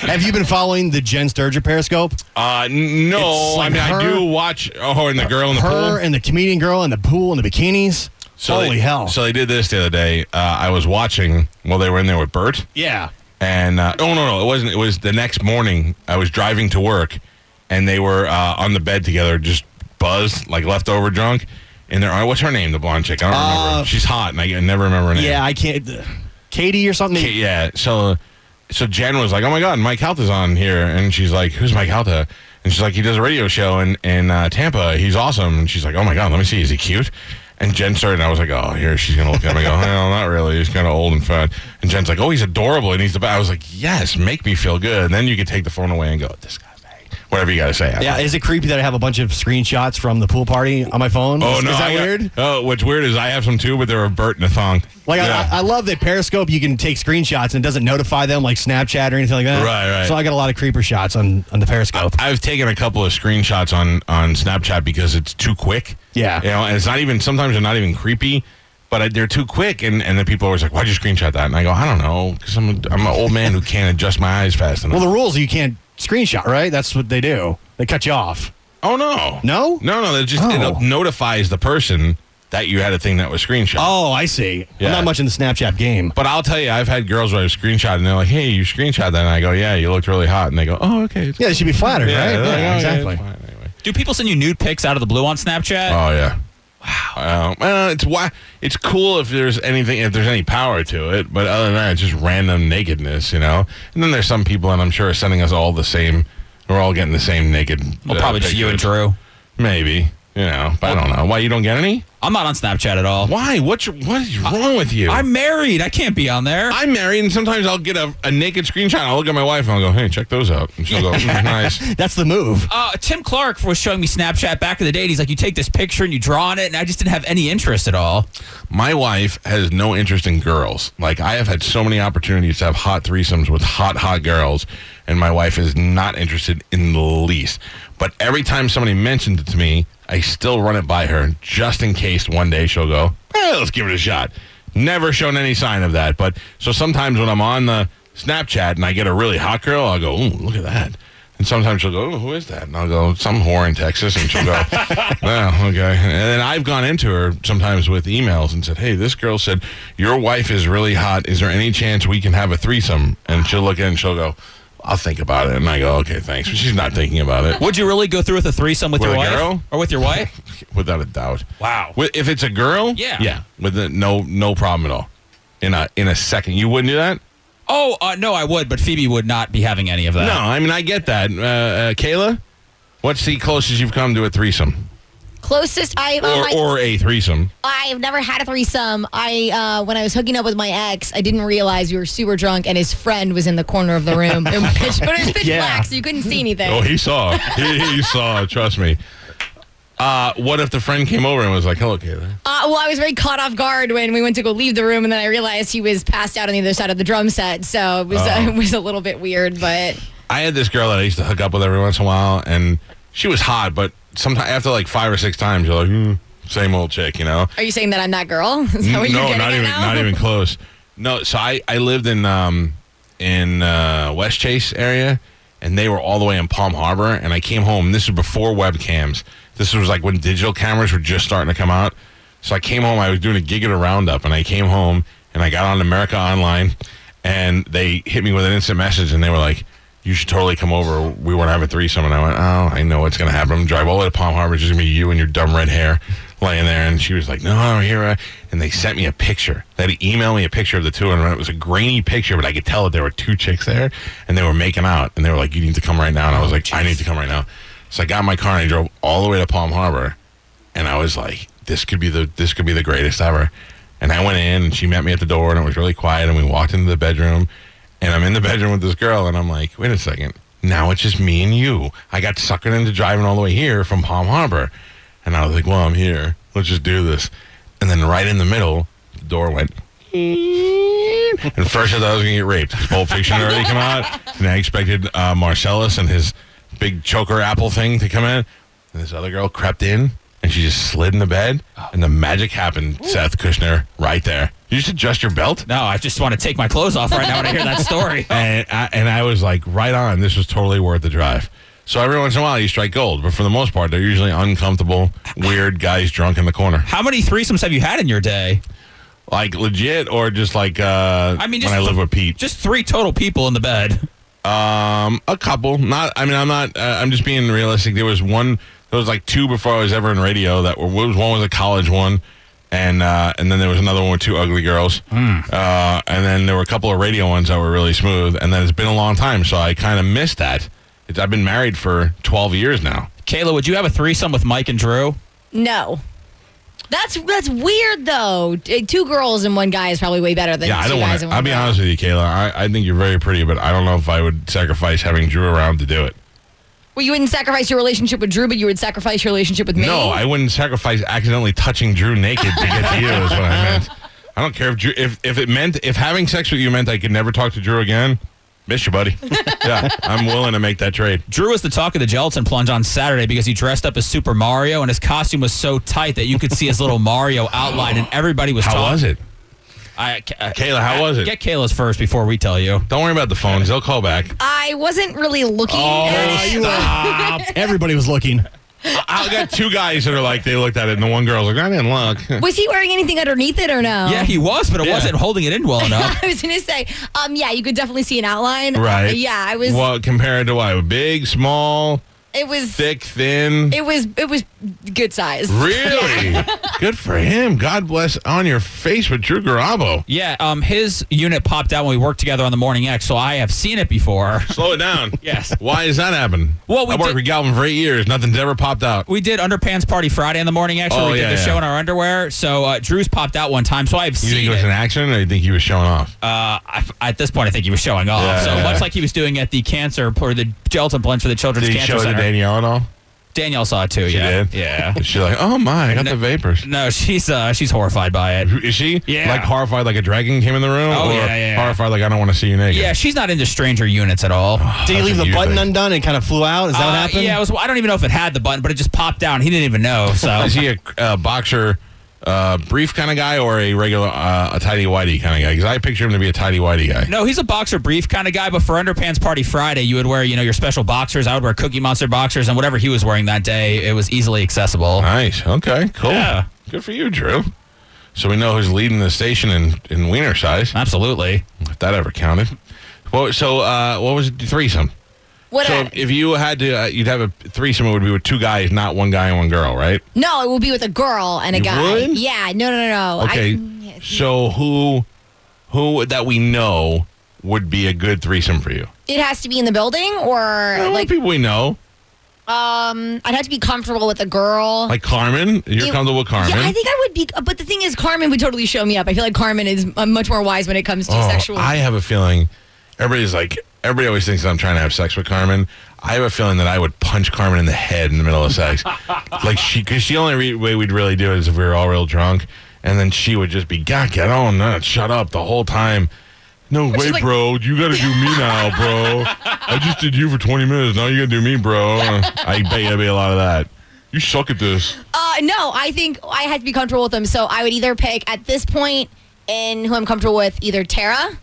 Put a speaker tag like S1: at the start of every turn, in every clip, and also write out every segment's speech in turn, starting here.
S1: Have you been following the Jen Sturger Periscope?
S2: Uh, n- no,
S1: It's like
S2: I mean I
S1: her-
S2: do watch. Oh, and the girl in the
S1: Her
S2: pool.
S1: and the comedian girl in the pool and the bikinis. Holy
S2: they,
S1: hell!
S2: So they did this the other day. Uh, I was watching while they were in there with Bert,
S1: yeah,
S2: and uh, oh no, no, it wasn't. It was the next morning. I was driving to work, and they were uh, on the bed together, just buzzed, like leftover drunk. And they're uh, what's her name? The blonde chick. I don't
S1: Uh,
S2: remember. She's hot, and I, I never remember her name.
S1: yeah. I can't. uh, Katie or something.
S2: Ki- yeah. So, so Jen was like, "Oh my God, Mike Halta's on here," and she's like, "Who's Mike Halta?" And she's like, "He does a radio show in in uh, Tampa. He's awesome." And she's like, "Oh my God, let me see. Is he cute?" And Jen started, and I was like, "Oh, here she's gonna look at him." I go, "Well, not really. He's kind of old and fat." And Jen's like, "Oh, he's adorable." And he's the. Best. I was like, "Yes, make me feel good." And then you could take the phone away and go, "This guy's bang." whatever you gotta say." after.
S1: Yeah, is it creepy that I have a bunch of screenshots from the pool party on my phone?
S2: Oh
S1: is,
S2: no!
S1: is that
S2: I got-
S1: weird?
S2: oh, what's weird is I have some too, but they're a Bert and a thong.
S1: Like
S2: Yeah.
S1: I, I love that Periscope, you can take screenshots and it doesn't notify them like Snapchat or anything like that.
S2: Right, right.
S1: So I got a lot of creeper shots on on the Periscope.
S2: I've taken a couple of screenshots on on Snapchat because it's too quick.
S1: Yeah.
S2: you know, and it's not even sometimes they're not even creepy, but I, they're too quick, and and then people are always like, "Why'd you screenshot that?" And I go, "I don't know, because I'm a, I'm an old man who can't adjust my eyes fast enough."
S1: Well, the rules you can't screenshot, right? That's what they do. They cut you off.
S2: oh no,
S1: No?
S2: no, no! That just
S1: Oh.
S2: it notifies the person that you had a thing that was screenshot.
S1: Oh, I see.
S2: Yeah.
S1: I'm not much in the Snapchat game.
S2: But I'll tell you, I've had girls where I screenshot and they're like, "Hey, you screenshot that?" And I go, "Yeah, you looked really hot." And they go, "Oh, okay." it's
S1: Yeah, they should be flattered,
S2: cool."
S1: right?
S2: they're like, "Oh, it's
S1: exactly.
S2: fine anyway."
S3: Do people send you nude pics out of the blue on Snapchat?
S2: Oh yeah. Wow. Um, uh, it's why it's cool if there's anything if there's any power to it, but other than that, it's just random nakedness, you know. And then there's some people, and I'm sure are sending us all the same. We're all getting the same naked.
S3: well,
S2: uh,
S3: probably just you and
S2: pictures.
S3: Drew.
S2: Maybe. You know, but I don't know why you don't get any.
S3: I'm not on Snapchat at all.
S2: Why? What's your- what is wrong with you?
S3: I'm married. I can't be on there.
S2: I'm married, and sometimes I'll get a, a naked screenshot. I'll look at my wife and I'll go, "Hey, check those out." And she'll go, "Mm, "Nice."
S1: That's the move.
S3: uh, Tim Clark was showing me Snapchat back in the day. And he's like, you take this picture and you draw on it, and I just didn't have any interest at all.
S2: My wife has no interest in girls. Like I have had so many opportunities to have hot threesomes with hot, hot girls, and my wife is not interested in the least. But every time somebody mentions it to me, I still run it by her just in case one day she'll go, eh, let's give it a shot. Never shown any sign of that. But so sometimes when I'm on the Snapchat and I get a really hot girl, I'll go, ooh, look at that. And sometimes she'll go, oh, who is that? And I'll go, some whore in Texas. And she'll go, well, okay. And then I've gone into her sometimes with emails and said, hey, this girl said, your wife is really hot. Is there any chance we can have a threesome? And she'll look in and she'll go, I'll think about it. And I go, okay, thanks. But she's not thinking about it.
S3: Would you really go through with a threesome with,
S2: With
S3: your
S2: a
S3: wife
S2: girl?
S3: or with your wife?
S2: Without a doubt.
S3: Wow.
S2: Wi- If it's a girl,
S3: Yeah.
S2: yeah, with a, no no problem at all. In a in a second, you wouldn't do that.
S3: oh uh, no, I would, but Phoebe would not be having any of that.
S2: No, I mean I get that. Uh, uh, Kayla, what's the closest you've come to a threesome
S4: Closest I oh
S2: or or a threesome?
S4: I've never had a threesome. I uh, when I was hooking up with my ex, I didn't realize we were super drunk and his friend was in the corner of the room. It was pitch, but it was pitch
S1: Yeah.
S4: black, so you couldn't see anything.
S2: Oh, he saw. he, he saw. Trust me. Uh, what if the friend came over and was like, "Hello, Kayla."
S4: Uh, well, I was very caught off guard when we went to go leave the room, and then I realized he was passed out on the other side of the drum set. So it was
S2: Oh.
S4: uh, it was a little bit weird, but
S2: I had this girl that I used to hook up with every once in a while, and she was hot, but sometimes after like five or six times, you're like, hmm, same old chick, you know.
S4: are you saying that I'm that girl? Is that what
S2: Mm, no,
S4: you're getting
S2: not
S4: at
S2: even
S4: now?
S2: not even close. No, so I I lived in um in uh, West Chase area, and they were all the way in Palm Harbor, and I came home. This was before webcams. This was like when digital cameras were just starting to come out. So I came home. I was doing a gig at a roundup, and I came home and I got on America Online, and they hit me with an instant message, and they were like. You should totally come over. We want to have a threesome. And I went, Oh, I know what's going to happen. I'm gonna drive all the way to Palm Harbor. It's just going to be you and your dumb red hair laying there and she was like no i'm here uh," and they sent me a picture they had to email me a picture of the two and it was a grainy picture but i could tell that there were two chicks there and they were making out and they were like you need to come right now and i was like i need to come right now so i got in my car and i drove all the way to palm harbor and i was like this could be the this could be the greatest ever and i went in and she met me at the door and it was really quiet and we walked into the bedroom and i'm in the bedroom with this girl and i'm like wait a second now it's just me and you i got suckered into driving all the way here from palm harbor and I was like, well, I'm here. Let's just do this. And then right in the middle, the door went. And first I thought I was going to get raped. Pulp Fiction had already come out. And I expected uh, Marcellus and his big choker apple thing to come in. And this other girl crept in. and she just slid in the bed, and the magic happened, Seth Kushner, right there. You just adjust your belt.
S3: No, I just want to take my clothes off right now when I hear that story.
S2: and I, and I was like, right on. This was totally worth the drive. So every once in a while, you strike gold, but for the most part, they're usually uncomfortable, weird guys drunk in the corner,
S3: How many threesomes have you had in your day?
S2: like legit or just like. Uh,
S3: I mean, just
S2: when I live with Pete,
S3: Just three total people in the bed.
S2: um, a couple. Not. I mean, I'm not. Uh, I'm just being realistic. There was one. There was like two before I was ever in radio. That were was one was a college one, and uh, and then there was another one with two ugly girls. Uh, and then there were a couple of radio ones that were really smooth. And then it's been a long time, so I kind of missed that. It's, I've been married for 12 years now.
S3: Kayla, would you have a threesome with Mike and Drew?
S4: No. That's that's weird though. T- Two girls and one guy is probably way better than
S2: Yeah, I
S4: two
S2: don't want
S4: guys
S2: to.
S4: and one
S2: I'll be
S4: girl.
S2: honest with you, Kayla. I, I think you're very pretty, but I don't know if I would sacrifice having Drew around to do it.
S4: Well, you wouldn't sacrifice your relationship with Drew, but you would sacrifice your relationship with me.
S2: No, I wouldn't sacrifice accidentally touching Drew naked to get to you. Is what I meant. I don't care if Drew, if if it meant if having sex with you meant I could never talk to Drew again. Miss you, buddy. yeah, I'm willing to make that trade.
S3: Drew was the talk of the gelatin plunge on Saturday because he dressed up as Super Mario and his costume was so tight that you could see his little Mario outline and everybody was
S2: How
S3: talking.
S2: was it,
S3: I, I,
S2: Kayla? How was it?
S3: Get Kayla's first before we tell you.
S2: Don't worry about the phones; they'll call back.
S4: I wasn't really looking
S2: Oh,
S3: Oh,
S4: at it.
S1: Stop. Everybody was looking.
S4: Oh.
S2: I, I got two guys that are like they looked at it, and the one girl's like, "I didn't look."
S4: Was he wearing anything underneath it or no?
S3: Yeah, he was, but it
S2: Yeah.
S3: wasn't holding it in well enough.
S4: I was gonna say, um, yeah, you could definitely see an outline. Uh,
S2: Right?
S4: Yeah, I was.
S2: Well, compared to what? Big, small,
S4: it was.
S2: thick, thin.
S4: It was. It was good size.
S2: Really? Good for him. God bless on your face with Drew Garabo.
S3: yeah, um, his unit popped out when we worked together on the Morning X, so I have seen it before.
S2: Slow it down.
S3: Yes.
S2: Why is that happening?
S3: Well, we
S2: I worked
S3: did-
S2: with Galvin for eight years. Nothing's ever popped out.
S3: We did Underpants Party Friday in the Morning X, where
S2: Oh,
S3: we
S2: yeah,
S3: did the
S2: yeah.
S3: show in our underwear. So uh, Drew's popped out one time, so I've
S2: You think
S3: seen
S2: it was
S3: it.
S2: an accident, or you think he was showing off?
S3: uh, I, at this point, I think he was showing off.
S2: Yeah,
S3: so
S2: yeah, yeah.
S3: much like he was doing at the cancer or the gelatin plunge for the Children's
S2: Did he
S3: Cancer
S2: show it to
S3: Center.
S2: Danielle and all?
S3: Danielle saw it too.
S2: She
S3: yeah,
S2: did.
S3: yeah.
S2: She's like, oh my, I got the vapors.
S3: No, she's uh, she's horrified by it.
S2: Is she?
S3: Yeah.
S2: Like horrified, like a dragon came in the room,
S3: Oh,
S2: or
S3: yeah, yeah.
S2: horrified, like I don't want to see you naked.
S3: Yeah, she's not into stranger units at all.
S1: Did he
S2: That's
S1: leave
S2: what
S1: the
S2: you
S1: button
S2: think.
S1: undone and kind of flew out? Is that
S3: Uh,
S1: what happened?
S3: Yeah, it was, I don't even know if it had the button, but it just popped down. He didn't even know. So
S2: Is he a uh, boxer, uh, brief kind of guy, or a regular, uh, a tidy whitey kind of guy? Because I picture him to be a tidy whitey guy.
S3: no, he's a boxer brief kind of guy. But for underpants party Friday, you would wear you know your special boxers. I would wear Cookie Monster boxers and whatever he was wearing that day. It was easily accessible.
S2: Nice. Okay. Cool.
S3: Yeah.
S2: Good for you, Drew. So we know who's leading the station in, in wiener size,
S3: Absolutely.
S2: if that ever counted. Well, so uh, what was it? Threesome.
S4: What?
S2: So
S4: a-
S2: if, if you had to, uh, you'd have a threesome. It would be with two guys, not one guy and one girl, right?
S4: no, it will be with a girl and a
S2: You
S4: guy.
S2: would?
S4: Yeah. No. No. No. no.
S2: Okay.
S4: I,
S2: so who, who that we know would be a good threesome for you?
S4: it has to be in the building, or
S2: Well,
S4: like,
S2: people we know,
S4: um, I'd have to be comfortable with a girl.
S2: like Carmen. You're
S4: It-
S2: comfortable with Carmen.
S4: Yeah, I think I would be. uh, But the thing is, Carmen would totally show me up. I feel like Carmen is uh, much more wise when it comes to
S2: Oh,
S4: sexual.
S2: I have a feeling everybody's like everybody always thinks I'm trying to have sex with Carmen. I have a feeling that I would punch Carmen in the head in the middle of sex, like she because the only re- way we'd really do it is if we were all real drunk, and then she would just be God, get on, no, shut up the whole time. No way,
S4: she's like-
S2: bro. You got to do me now, bro. I just did you for 20 minutes. Now you got to do me, bro. I bet you will be a lot of that. You suck at this.
S4: Uh, no, I think I had to be comfortable with them. So I would either pick at this point in who I'm comfortable with, either Tara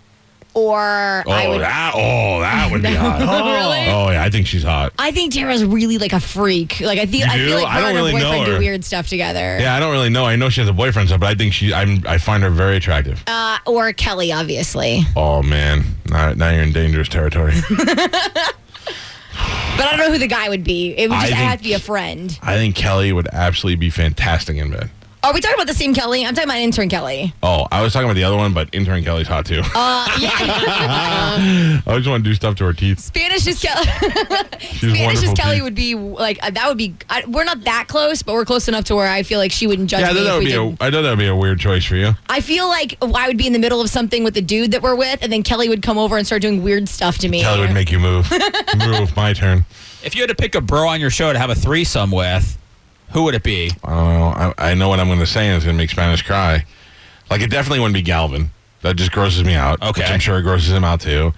S4: or
S2: Oh,
S4: I would.
S2: that, oh, that would be hot.
S4: Really?
S2: Oh, yeah. I think she's hot.
S4: I think Tara's really like a freak. Like I think I
S2: You do?
S4: feel like
S2: I
S4: her
S2: don't
S4: and her
S2: really know
S4: boyfriend do
S2: her.
S4: weird stuff together.
S2: Yeah, I don't really know. I know she has a boyfriend, so but I think she. I'm. I find her very attractive.
S4: Uh, or Kelly, obviously.
S2: oh man, now, now you're in dangerous territory.
S4: But I don't know who the guy would be. It would
S2: I
S4: just
S2: think-
S4: have to be a friend.
S2: I think Kelly would absolutely be fantastic in bed.
S4: Are we talking about the same Kelly? I'm talking about intern Kelly.
S2: Oh, I was talking about the other one, but intern Kelly's hot too.
S4: Uh, yeah.
S2: I just want to do stuff to her teeth.
S4: Spanish is Kelly.
S2: She's
S4: Spanish
S2: wonderful.
S4: is Kelly
S2: teeth.
S4: would be like uh, that would be. I, we're not that close, but we're close enough to where I feel like she wouldn't judge
S2: yeah, I
S4: me.
S2: thought
S4: if
S2: that would
S4: we
S2: be.
S4: didn't-
S2: A, I thought that would be a weird choice for you.
S4: I feel like I would be in the middle of something with the dude that we're with, and then Kelly would come over and start doing weird stuff to me.
S2: Kelly would make you move. move. My turn.
S3: If you had to pick a bro on your show to have a threesome with, who would it be?
S2: I don't know. I, I know what I'm going to say, and it's going to make Spanish cry. Like it definitely wouldn't be Galvin. That just grosses me out.
S3: Okay.
S2: which I'm sure it grosses him out too.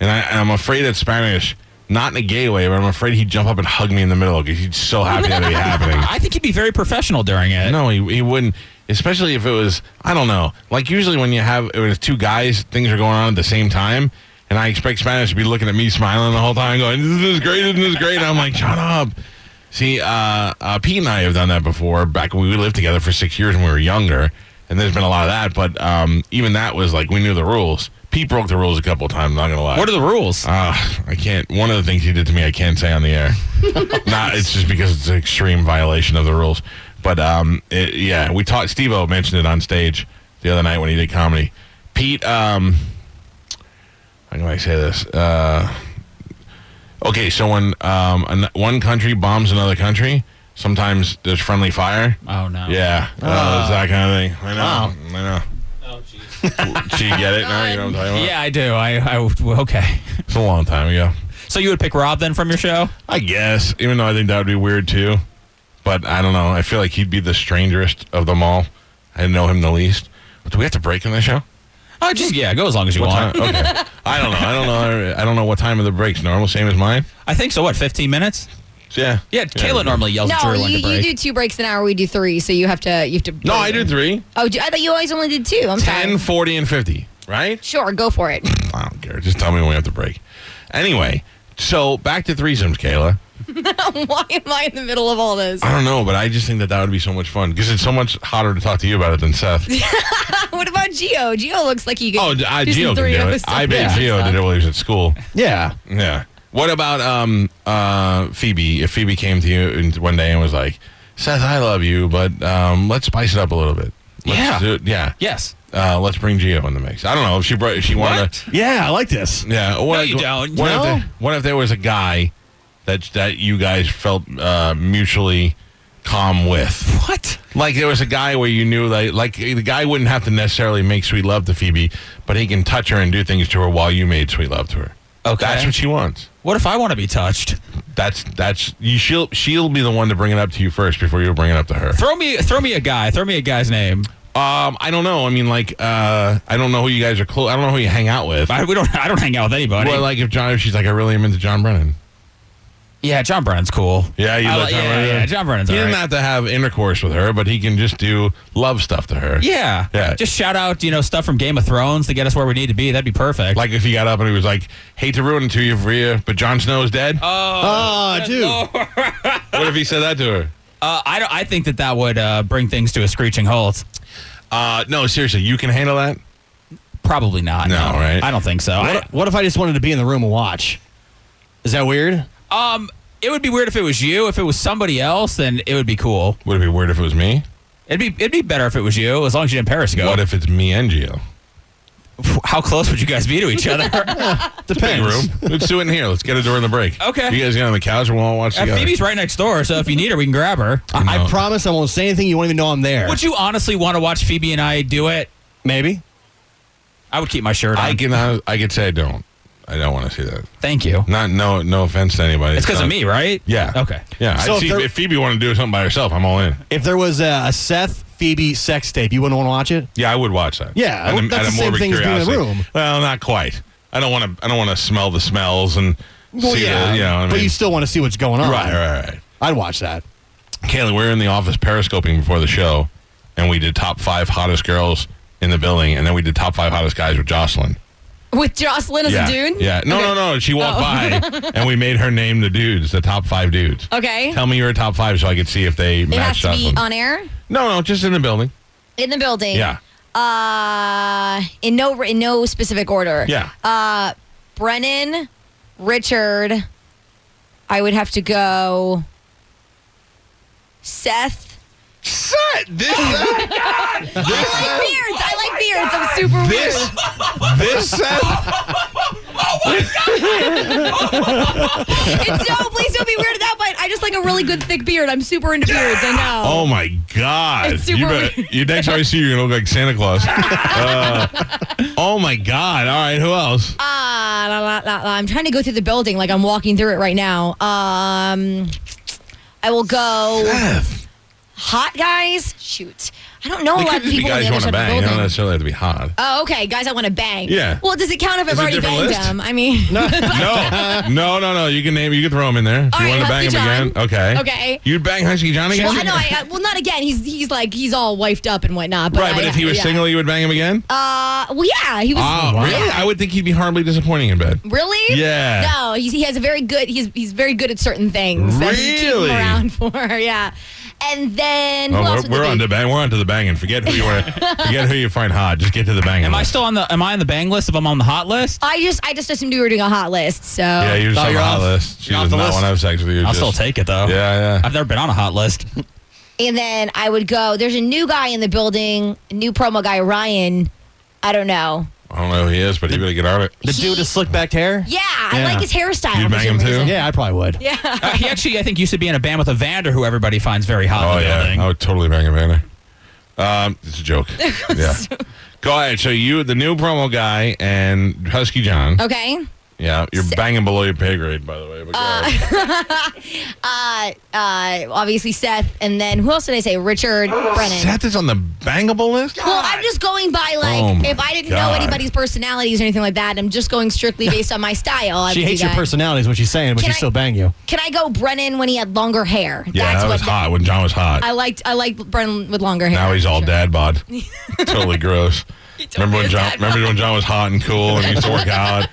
S2: And I, I'm afraid that Spanish Not in a gay way, but I'm afraid he'd jump up and hug me in the middle because he's so happy that it'd be happening.
S3: I think he'd be very professional during it.
S2: No, he, he wouldn't. Especially if it was, I don't know. Like usually when you have when it's two guys, things are going on at the same time, and I expect Spanish to be looking at me smiling the whole time, going, "Isn't this great? Isn't this great?" And I'm like, "Shut up." See, uh, uh, Pete and I have done that before. Back when we lived together for six years when we were younger, and there's been a lot of that. But um, even that was like we knew the rules. Pete broke the rules a couple of times. Not gonna lie.
S3: What are the rules?
S2: Uh, I can't. One of the things he did to me, I can't say on the air. Not. It's just because it's an extreme violation of the rules. But um, it, yeah, we talked. Steve-O mentioned it on stage the other night when he did comedy. Pete, um, how can I say this? Uh, okay, so when um, an, one country bombs another country, sometimes there's friendly fire.
S3: oh no.
S2: Yeah, uh, it's that kind of thing. I know. I know. Oh, jeez. Gee, get it? Now you know what I'm talking about.
S3: Yeah, I do. I, I okay.
S2: It's a long time ago.
S3: So you would pick Rob then from your show?
S2: I guess, even though I think that would be weird too. But I don't know. I feel like he'd be the strangest of them all. I know him the least. Do we have to break in the show?
S3: Oh, just yeah, go as long as you
S2: What
S3: want.
S2: time? Okay. I don't know. I don't know. I don't know what time of the break's normal. Same as mine.
S3: I think so. What, 15 minutes?
S2: Yeah.
S3: Yeah, Kayla normally yells at
S4: No,
S3: Drew when
S4: you,
S3: to break.
S4: you do two breaks an hour. We do three, so you have to you have to.
S2: No, I do three.
S4: Oh, do, I thought you always only did two. I'm
S2: 10,
S4: sorry.
S2: 40, and 50, right?
S4: Sure, go for it.
S2: I don't care. Just tell me when we have to break. Anyway, so back to threesomes, Kayla.
S4: Why am I in the middle of all this?
S2: I don't know, but I just think that that would be so much fun because it's so much hotter to talk to you about it than Seth.
S4: what about Geo? Geo looks like he could.
S2: Oh, I,
S4: do some
S2: Geo can
S4: three
S2: do
S4: other
S2: it.
S4: stuff.
S2: I bet
S4: Yeah.
S2: Geo did it while he was at school.
S1: Yeah.
S2: Yeah. What about um uh Phoebe? If Phoebe came to you and- one day and was like, "Seth, I love you, but um let's spice it up a little bit." Let's
S3: Yeah.
S2: do- yeah.
S3: yes.
S2: Uh, let's bring Geo in the mix. I don't know if she brought, if she wanted. To,
S1: Yeah, I like this.
S2: yeah. What,
S3: you don't.
S2: What,
S1: No?
S2: If there, what if there was a guy that that you guys felt uh, mutually calm with?
S3: What?
S2: Like there was a guy where you knew like like the guy wouldn't have to necessarily make sweet love to Phoebe, but he can touch her and do things to her while you made sweet love to her.
S3: Okay.
S2: That's what she wants.
S3: What if I want to be touched?
S2: That's that's you she'll she'll be the one to bring it up to you first before you bring it up to her.
S3: Throw me throw me a guy. Throw me a guy's name.
S2: Um I don't know. I mean like uh I don't know who you guys are close I don't know who you hang out with.
S3: I, we don't I don't hang out with anybody.
S2: Well like if John if she's like I really am into John Brennan.
S3: yeah, John Brennan's cool.
S2: Yeah, you
S3: I
S2: let
S3: li-
S2: John
S3: yeah,
S2: Brennan in?
S3: yeah, John Brennan's
S2: He
S3: all
S2: doesn't
S3: right.
S2: have to have intercourse with her, but he can just do love stuff to her.
S3: yeah.
S2: Yeah.
S3: Just shout out, you know, stuff from Game of Thrones to get us where we need to be. That'd be perfect.
S2: Like if he got up and he was like, Hate to ruin it to you for you, but Jon Snow is dead.
S3: Uh.
S1: Oh, dude.
S2: what if he said that to her?
S3: uh, I don't I think that that would uh, bring things to a screeching halt.
S2: Uh, no, seriously, you can handle that.
S3: Probably not.
S2: No, right?
S3: I don't think so. I-
S1: What, what if I just wanted to be in the room and watch? Is that weird?
S3: Um, it would be weird if it was you. If it was somebody else, then it would be cool.
S2: Would it be weird if it was me?
S3: It'd be it'd be better if it was you, as long as you didn't Periscope.
S2: What if it's me and Gio?
S3: How close would you guys be to each other?
S2: Big room. Let's do it in here. Let's get it during the break.
S3: Okay.
S2: You guys get on the couch and we'll all watch
S3: Uh,
S2: together.
S3: Phoebe's right next door, so if you need her, we can grab her. Uh,
S1: I promise I won't say anything. You won't even know I'm there.
S3: Would you honestly want to watch Phoebe and I do it?
S1: Maybe.
S3: I would keep my shirt on.
S2: I can. I, I could say I don't. I don't want to see that.
S3: Thank you.
S2: Not no no offense to anybody.
S3: It's because of
S2: not-
S3: me, right?
S2: Yeah.
S3: Okay.
S2: Yeah.
S1: So
S2: I'd
S1: if
S2: see,
S1: there-
S2: if Phoebe wanted to do something by herself, I'm all in.
S1: If there was a, a Seth Phoebe sex tape, you wouldn't want to watch it?
S2: Yeah, I would watch that.
S1: Yeah,
S2: Out of-
S1: that's
S2: out of
S1: the same
S2: morbid
S1: thing as being in the
S2: curiosity.
S1: room.
S2: Well, not quite. I don't want to. I don't want to smell the smells and see the. You know, what I
S1: But
S2: mean?
S1: you still want to see what's going on.
S2: right, right, right.
S1: I'd watch that.
S2: Kaylee, we we're in the office periscoping before the show, and we did top five hottest girls in the building, and then we did top five hottest guys with Jocelyn.
S4: With Jocelyn as
S2: yeah,
S4: a dude?
S2: yeah. No,
S4: okay.
S2: no, no. She walked
S4: Oh.
S2: by, and we made her name the dudes, the top five dudes.
S4: Okay.
S2: Tell me you're a top five, so I could see if they
S4: it has
S2: matched
S4: to
S2: up.
S4: be on air
S2: no, no, just in the building.
S4: in the building.
S2: Yeah,
S4: Uh, in no in no specific order.
S2: yeah.
S4: Uh, Brennan, Richard. I would have to go. Seth.
S2: Set this.
S4: Oh, I like beards. I like beards. I'm super
S2: This
S4: weird.
S2: this Seth.
S4: It's no. Please don't be weirded out by it. I just like a really good thick beard. I'm super into beards. I know.
S2: Oh my God!
S4: It's super
S2: you better-
S4: weird.
S2: you- next time I see you, you're gonna look like Santa Claus. Uh, oh my God! All right, who else?
S4: Ah, la, la, la, la. I'm trying to go through the building like I'm walking through it right now. Um, I will go. Hot guys? Shoot. I don't know a
S2: They
S4: lot
S2: could
S4: of
S2: just be
S4: people on
S2: guys
S4: the
S2: you
S4: other
S2: want to
S4: side of the
S2: bang. You
S4: building.
S2: don't necessarily have to be hot.
S4: Oh, okay, guys, I want to bang.
S2: Yeah.
S4: Well, does it count if I've
S2: Is it a
S4: already
S2: different
S4: banged
S2: list?
S4: them? I mean,
S2: No, no, no, no. You can name. You can throw him in there. If
S4: All
S2: you
S4: right,
S2: want to bang him
S4: Husky
S2: again?
S4: John.
S2: Okay.
S4: Okay.
S2: You'd bang Husky John again?
S4: well, I know. I, I- well, not again. He's he's like he's all wifed up and whatnot. But
S2: right, but
S4: I-
S2: if he was
S4: yeah.
S2: single, you would bang him again.
S4: uh, well, yeah, he was.
S2: oh, really? I would think he'd be horribly disappointing in bed.
S4: Really?
S2: Yeah.
S4: No, he's, he has a very good. He's he's very good at certain things. That we keep him
S2: Really?
S4: around for yeah. And then who
S2: Oh, we're
S4: else would
S2: we're
S4: there
S2: on
S4: be?
S2: to bang. We're on to the banging. Forget who you want. forget who you find hot. Just get to the banging.
S3: Am I
S2: list.
S3: still on the? Am I on the bang list? If I'm on the hot list,
S4: I just I just assumed we were doing a hot list. So
S2: Yeah, you're just
S3: Oh,
S2: on the
S3: you're
S2: hot
S3: off.
S2: list. She
S3: You're off
S2: does
S3: the
S2: not
S3: list.
S2: want to have sex with you.
S3: I'll
S2: Just-
S3: still take it though.
S2: Yeah, yeah.
S3: I've never been on a hot list.
S4: And then I would go. There's a new guy in the building. New promo guy Ryan. I don't know.
S2: I don't know who he is, but he better get on it.
S1: The dude with slick back hair?
S4: Yeah, I
S1: Yeah.
S4: like his hairstyle.
S2: You'd
S4: for
S2: bang
S4: some
S2: him, too?
S4: reason.
S1: Yeah, I probably would. Yeah.
S3: Uh, he actually, I think, used to be in a band with a Vander who everybody finds very hot.
S2: Oh
S3: in the
S2: yeah,
S3: building.
S2: I would totally bang a banner. Um, it's a joke. yeah. Go ahead. So you, the new promo guy, and Husky John.
S4: Okay.
S2: Yeah, you're banging below your pay grade, by the way. But go ahead.
S4: Uh, uh, obviously Seth, and then who else did I say? Richard Brennan.
S2: Seth is on the bangable list.
S4: Well, I'm just going by like
S2: Oh, my
S4: if I didn't
S2: God.
S4: know anybody's personalities or anything like that. I'm just going strictly based on my style. I
S1: She
S4: would do
S1: hates your
S4: that.
S1: personality, is what she's saying, but
S4: Can
S1: she
S4: I-
S1: still bang you.
S4: Can I go Brennan when he had longer hair?
S2: Yeah, that was
S4: the-
S2: hot when John was hot.
S4: I liked. I liked Brennan with longer hair.
S2: now he's all
S4: Sure.
S2: dad bod. totally gross. Remember when John? Remember when John was hot and cool and he used to work out.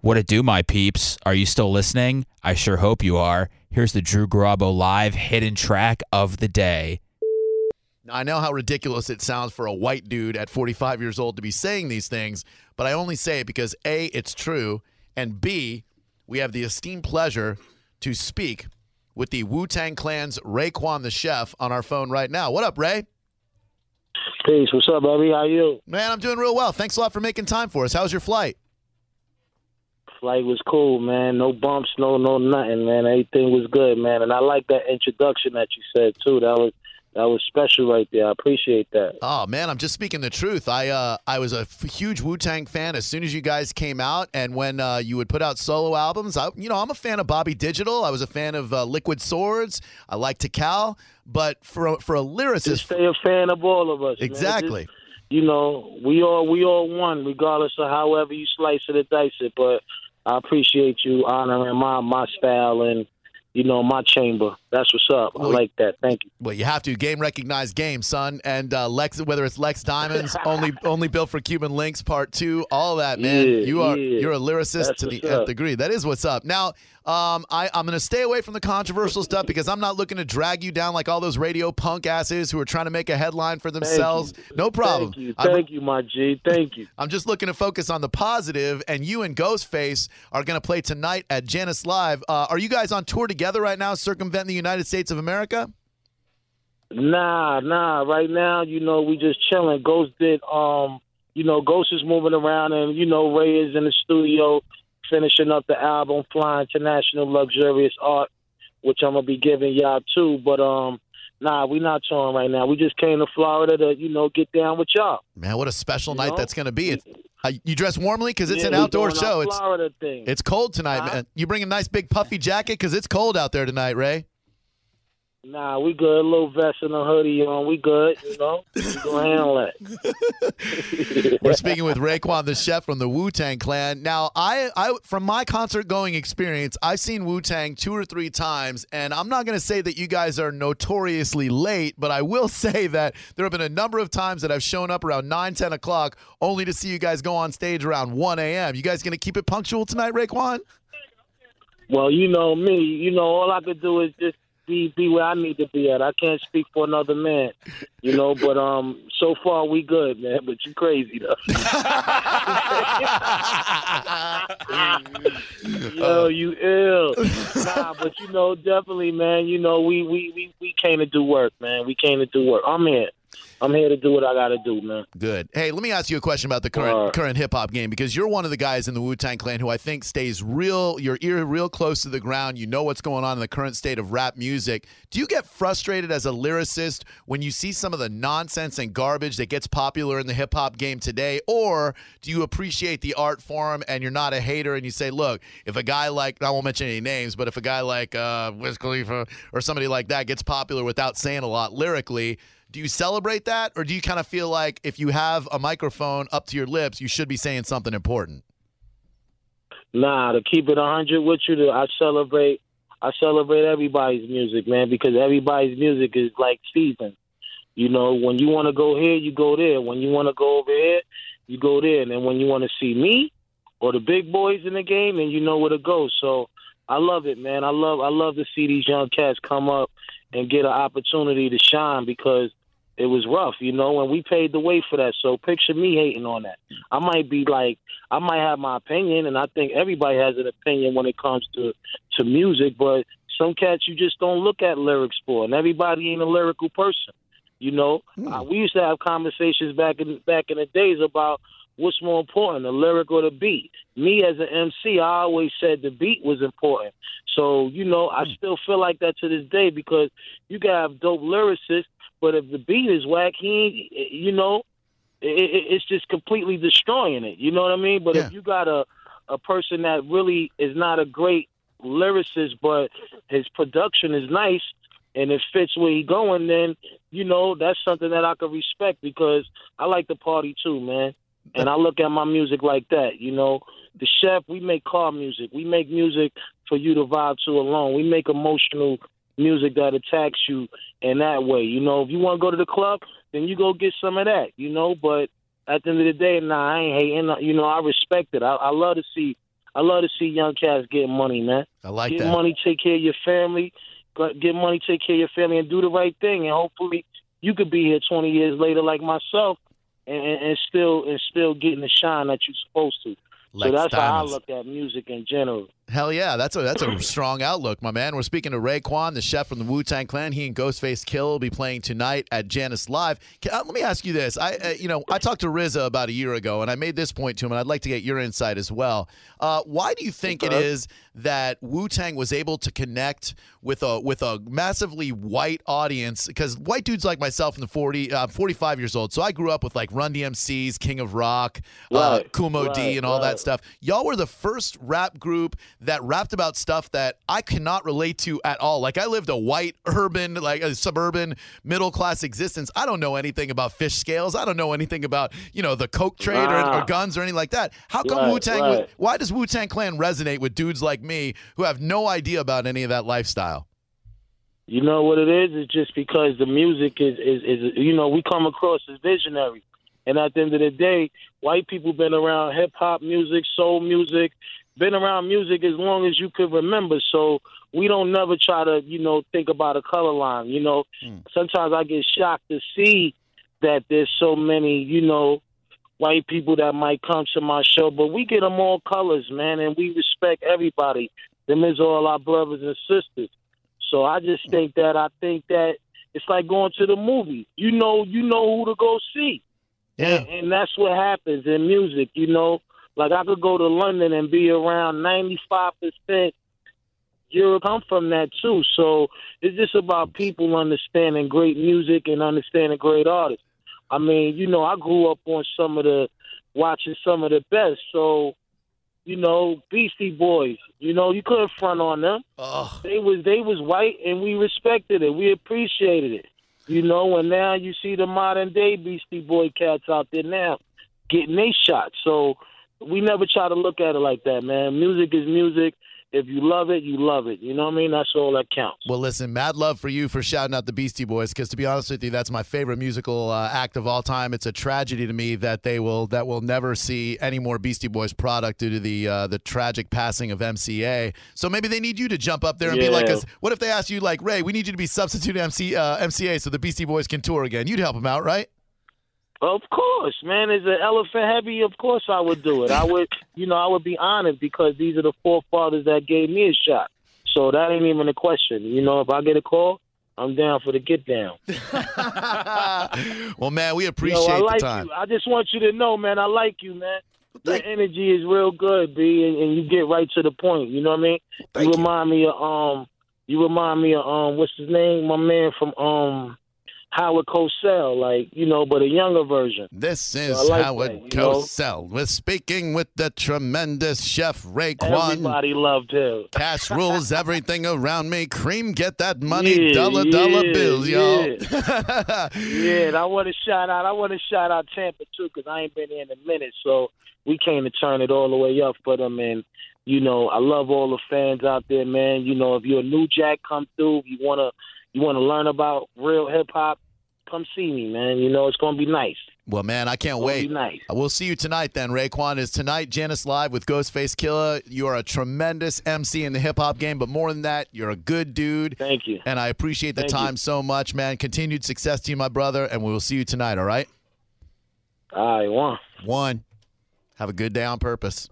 S3: What it do, my peeps? Are you still listening? I sure hope you are. Here's the Drew Garabo live hidden track of the day.
S5: Now, I know how ridiculous it sounds for a white dude at 45 years old to be saying these things, but I only say it because A, it's true, and B, we have the esteemed pleasure to speak with the Wu Tang Clan's Raekwon the Chef on our phone right now. What up, Ray?
S6: Peace. What's up, baby? How you?
S5: Man, I'm doing real well. Thanks a lot for making time for us. How's your flight?
S6: Flight was cool, man. No bumps, no no nothing, man. Everything was good, man. And I like that introduction that you said too. That was that was special right there. I appreciate that.
S5: Oh man, I'm just speaking the truth. I uh, I was a f- huge Wu Tang fan as soon as you guys came out, and when uh, you would put out solo albums, I you know I'm a fan of Bobby Digital. I was a fan of uh, Liquid Swords. I like Takal, but for a, for a
S6: Just
S5: lyricist,
S6: stay a fan of all of us. man.
S5: exactly.
S6: Just, you know, we all we all one, regardless of however you slice it or dice it. But I appreciate you honoring my my style and you know my chamber. That's what's up.
S5: Well,
S6: I like that. Thank you.
S5: Well, you have to game recognize game, son. And uh, Lex, whether it's Lex Diamonds, only only built for Cuban Links Part Two, all that, man.
S6: Yeah,
S5: you are
S6: yeah.
S5: you're a lyricist
S6: That's
S5: to the
S6: what's
S5: nth
S6: up.
S5: degree. That is what's up. Now, um, I I'm gonna stay away from the controversial stuff because I'm not looking to drag you down like all those radio punk asses who are trying to make a headline for themselves. No problem.
S6: Thank you.
S5: I'm-
S6: Thank you, my G. Thank you.
S5: I'm just looking to focus on the positive, and you and Ghostface are going to play tonight at Janice Live. Uh, are you guys on tour together right now, circumventing the United States of America?
S6: Nah, nah. Right now, you know, we just chilling. Ghost did, um, you know, Ghost is moving around, and you know, Ray is in the studio finishing up the album, Flying to National Luxurious Art, which I'm gonna be giving y'all too. But um, nah, we not touring right now. We just came to Florida to, you know, get down with y'all.
S5: Man, what a special night
S6: No.
S5: that's going to be. It's, uh, you dress warmly because it's
S6: Yeah,
S5: an
S6: we
S5: outdoor
S6: doing our
S5: show. It's
S6: Florida thing.
S5: it's cold tonight,
S6: Huh?
S5: man. You bring a nice big puffy jacket because it's cold out there tonight, Ray.
S6: nah, we good. A little vest and a hoodie on. We good. You know, we gonna handle that.
S5: We're speaking with Raekwon, the chef from the Wu Tang Clan. Now, I, I, from my concert going experience, I've seen Wu Tang two or three times, and I'm not going to say that you guys are notoriously late, but I will say that there have been a number of times that I've shown up around 9, 10 o'clock, only to see you guys go on stage around 1 a.m. You guys going to keep it punctual tonight, Raekwon?
S6: Well, you know me. You know, all I could do is just be be where I need to be at. I can't speak for another man, you know. But um, so far we good, man. But you crazy though. Yo, you ill. Nah, but you know, definitely, man. You know, we we we we came to do work, man. We came to do work. I'm here. I'm here to do what I got to do, man.
S5: Good. Hey, let me ask you a question about the current
S6: All right.
S5: current hip hop game because you're one of the guys in the Wu Tang Clan who I think stays real, your ear real close to the ground. You know what's going on in the current state of rap music. Do you get frustrated as a lyricist when you see some of the nonsense and garbage that gets popular in the hip hop game today, or do you appreciate the art form and you're not a hater and you say, look, if a guy like I won't mention any names, but if a guy like uh, Wiz Khalifa or somebody like that gets popular without saying a lot lyrically. Do you celebrate that, or do you kind of feel like if you have a microphone up to your lips, you should be saying something important?
S6: Nah, to keep it a 100 with you, to- I celebrate. I celebrate everybody's music, man, because everybody's music is like season. You know, when you want to go here, you go there. When you want to go over here, you go there. And then when you want to see me or the big boys in the game, then you know where to go. So I love it, man. I love I love to see these young cats come up and get an opportunity to shine because it was rough, you know, and we paid the way for that. So picture me hating on that. I might be like I might have my opinion, and I think everybody has an opinion when it comes to to music. But some cats you just don't look at lyrics for, and everybody ain't a lyrical person. You know, Uh, we used to have conversations back in back in the days about what's more important, the lyric or the beat. Me as an MC, I always said the beat was important. So you know, I still feel like that to this day because you can have dope lyricists, but if the beat is whack, he ain't, you know it, it, it's just completely destroying it. You know what I mean? But if you got a a person that really is not a great lyricist, but his production is nice and it fits where he going, then you know that's something that I could respect because I like to party too, man. And I look at my music like that, you know. The chef, we make car music. We make music for you to vibe to alone. We make emotional music that attacks you in that way. You know, if you want to go to the club, then you go get some of that, you know. But at the end of the day, nah, I ain't hating. You know, I respect it. I, I love to see, I love to see young cats get money, man.
S5: I like
S6: get
S5: that.
S6: money, take care of your family. Go- Get money, take care of your family, and do the right thing. And hopefully, you could be here twenty years later, like myself, and, and, and still and still getting the shine that you're supposed to.
S5: Like
S6: so that's
S5: diamonds.
S6: how I look at music in general.
S5: Hell yeah, that's a that's a strong outlook, my man. We're speaking to Raekwon, the chef from the Wu Tang Clan. He and Ghostface Kill will be playing tonight at Janice Live. Can, uh, let me ask you this: I, uh, you know, I talked to RZA about a year ago, and I made this point to him, and I'd like to get your insight as well. Uh, why do you think it
S6: Okay.
S5: is that Wu Tang was able to connect with a with a massively white audience? Because white dudes like myself in the 40, uh, 45 years old, so I grew up with like Run DMC's King of Rock, uh,
S6: Right,
S5: Kumo D,
S6: right,
S5: and all that
S6: right.
S5: stuff stuff. Y'all were the first rap group that rapped about stuff that I cannot relate to at all. Like I lived a white, urban, like a suburban, middle class existence. I don't know anything about fish scales. I don't know anything about you know the coke trade or,
S6: Wow.
S5: or guns or anything like that. How come
S6: Right,
S5: Wu Tang?
S6: right.
S5: Why does Wu Tang Clan resonate with dudes like me who have no idea about any of that lifestyle?
S6: You know what it is? It's just because the music is, is, is you know, we come across as visionary. And at the end of the day, white people been around hip hop music, soul music, been around music as long as you could remember. So we don't never try to, you know, think about a color line. You know, sometimes I get shocked to see that there's so many, you know, white people that might come to my show, but we get them all colors, man, and we respect everybody. Them is all our brothers and sisters. So I just think that I think that it's like going to the movie. You know, you know who to go see,
S5: Yeah.
S6: and that's what happens in music. You know, like I could go to London and be around ninety five percent Europe. I'm from that too, so it's just about people understanding great music and understanding great artists. I mean, you know, I grew up on some of the watching some of the best. So, you know, Beastie Boys. You know, you couldn't front on them
S5: Ugh.
S6: they was they was white and we respected it. We appreciated it. You know, and now you see the modern day Beastie Boy cats out there now getting they shot. So we never try to look at it like that, man. Music is music. If you love it, you love it. You know what I mean? That's all that counts.
S5: Well, listen, mad love for you for shouting out the Beastie Boys because, to be honest with you, that's my favorite musical uh, act of all time. It's a tragedy to me that they will that will never see any more Beastie Boys product due to the uh, the tragic passing of MCA. So maybe they need you to jump up there and be like,
S6: Yeah.
S5: us. "What if they ask you like, Ray, we need you to be substitute MC uh, MCA so the Beastie Boys can tour again? You'd help them out, right?"
S6: Of course, man. Is an elephant heavy? Of course, I would do it. I would, you know, I would be honored because these are the forefathers that gave me a shot. So that ain't even a question. You know, if I get a call, I'm down for the get down.
S5: well, man, we appreciate
S6: Yo, I like
S5: the time.
S6: you. I just want you to know, man. I like you, man. Your energy is real good, B, and, and you get right to the point. You know what I mean? you remind me of um, you remind me of um, what's his name? My man from um, Howard Cosell, like you know, but a younger version.
S5: This is
S6: I like
S5: Howard
S6: that, you know?
S5: Cosell. We're speaking with the tremendous chef Raekwon.
S6: Everybody loved him.
S5: Cash rules everything around me. Cream, get that money.
S6: Yeah,
S5: dollar, dollar
S6: yeah,
S5: bills, y'all.
S6: Yeah, and I want to shout out. I want to shout out Tampa too, because I ain't been here in a minute. So we came to turn it all the way up for them, and you know I love all the fans out there, man. You know if you're a new jack, come through. If you wanna you wanna learn about real hip hop, come see me, man. You know it's gonna be nice.
S5: well, man, I can't
S6: It's gonna be
S5: wait.
S6: nice.
S5: We'll see you tonight then, Raekwon. Is tonight Janice Live with Ghostface Killer. You are a tremendous MC in the hip hop game, but more than that, you're a good dude.
S6: Thank you.
S5: And I appreciate the
S6: Thank you.
S5: time so much, man. Continued success to you, my brother, and we will see you tonight, all right?
S6: All right, one.
S5: One, have a good day on purpose.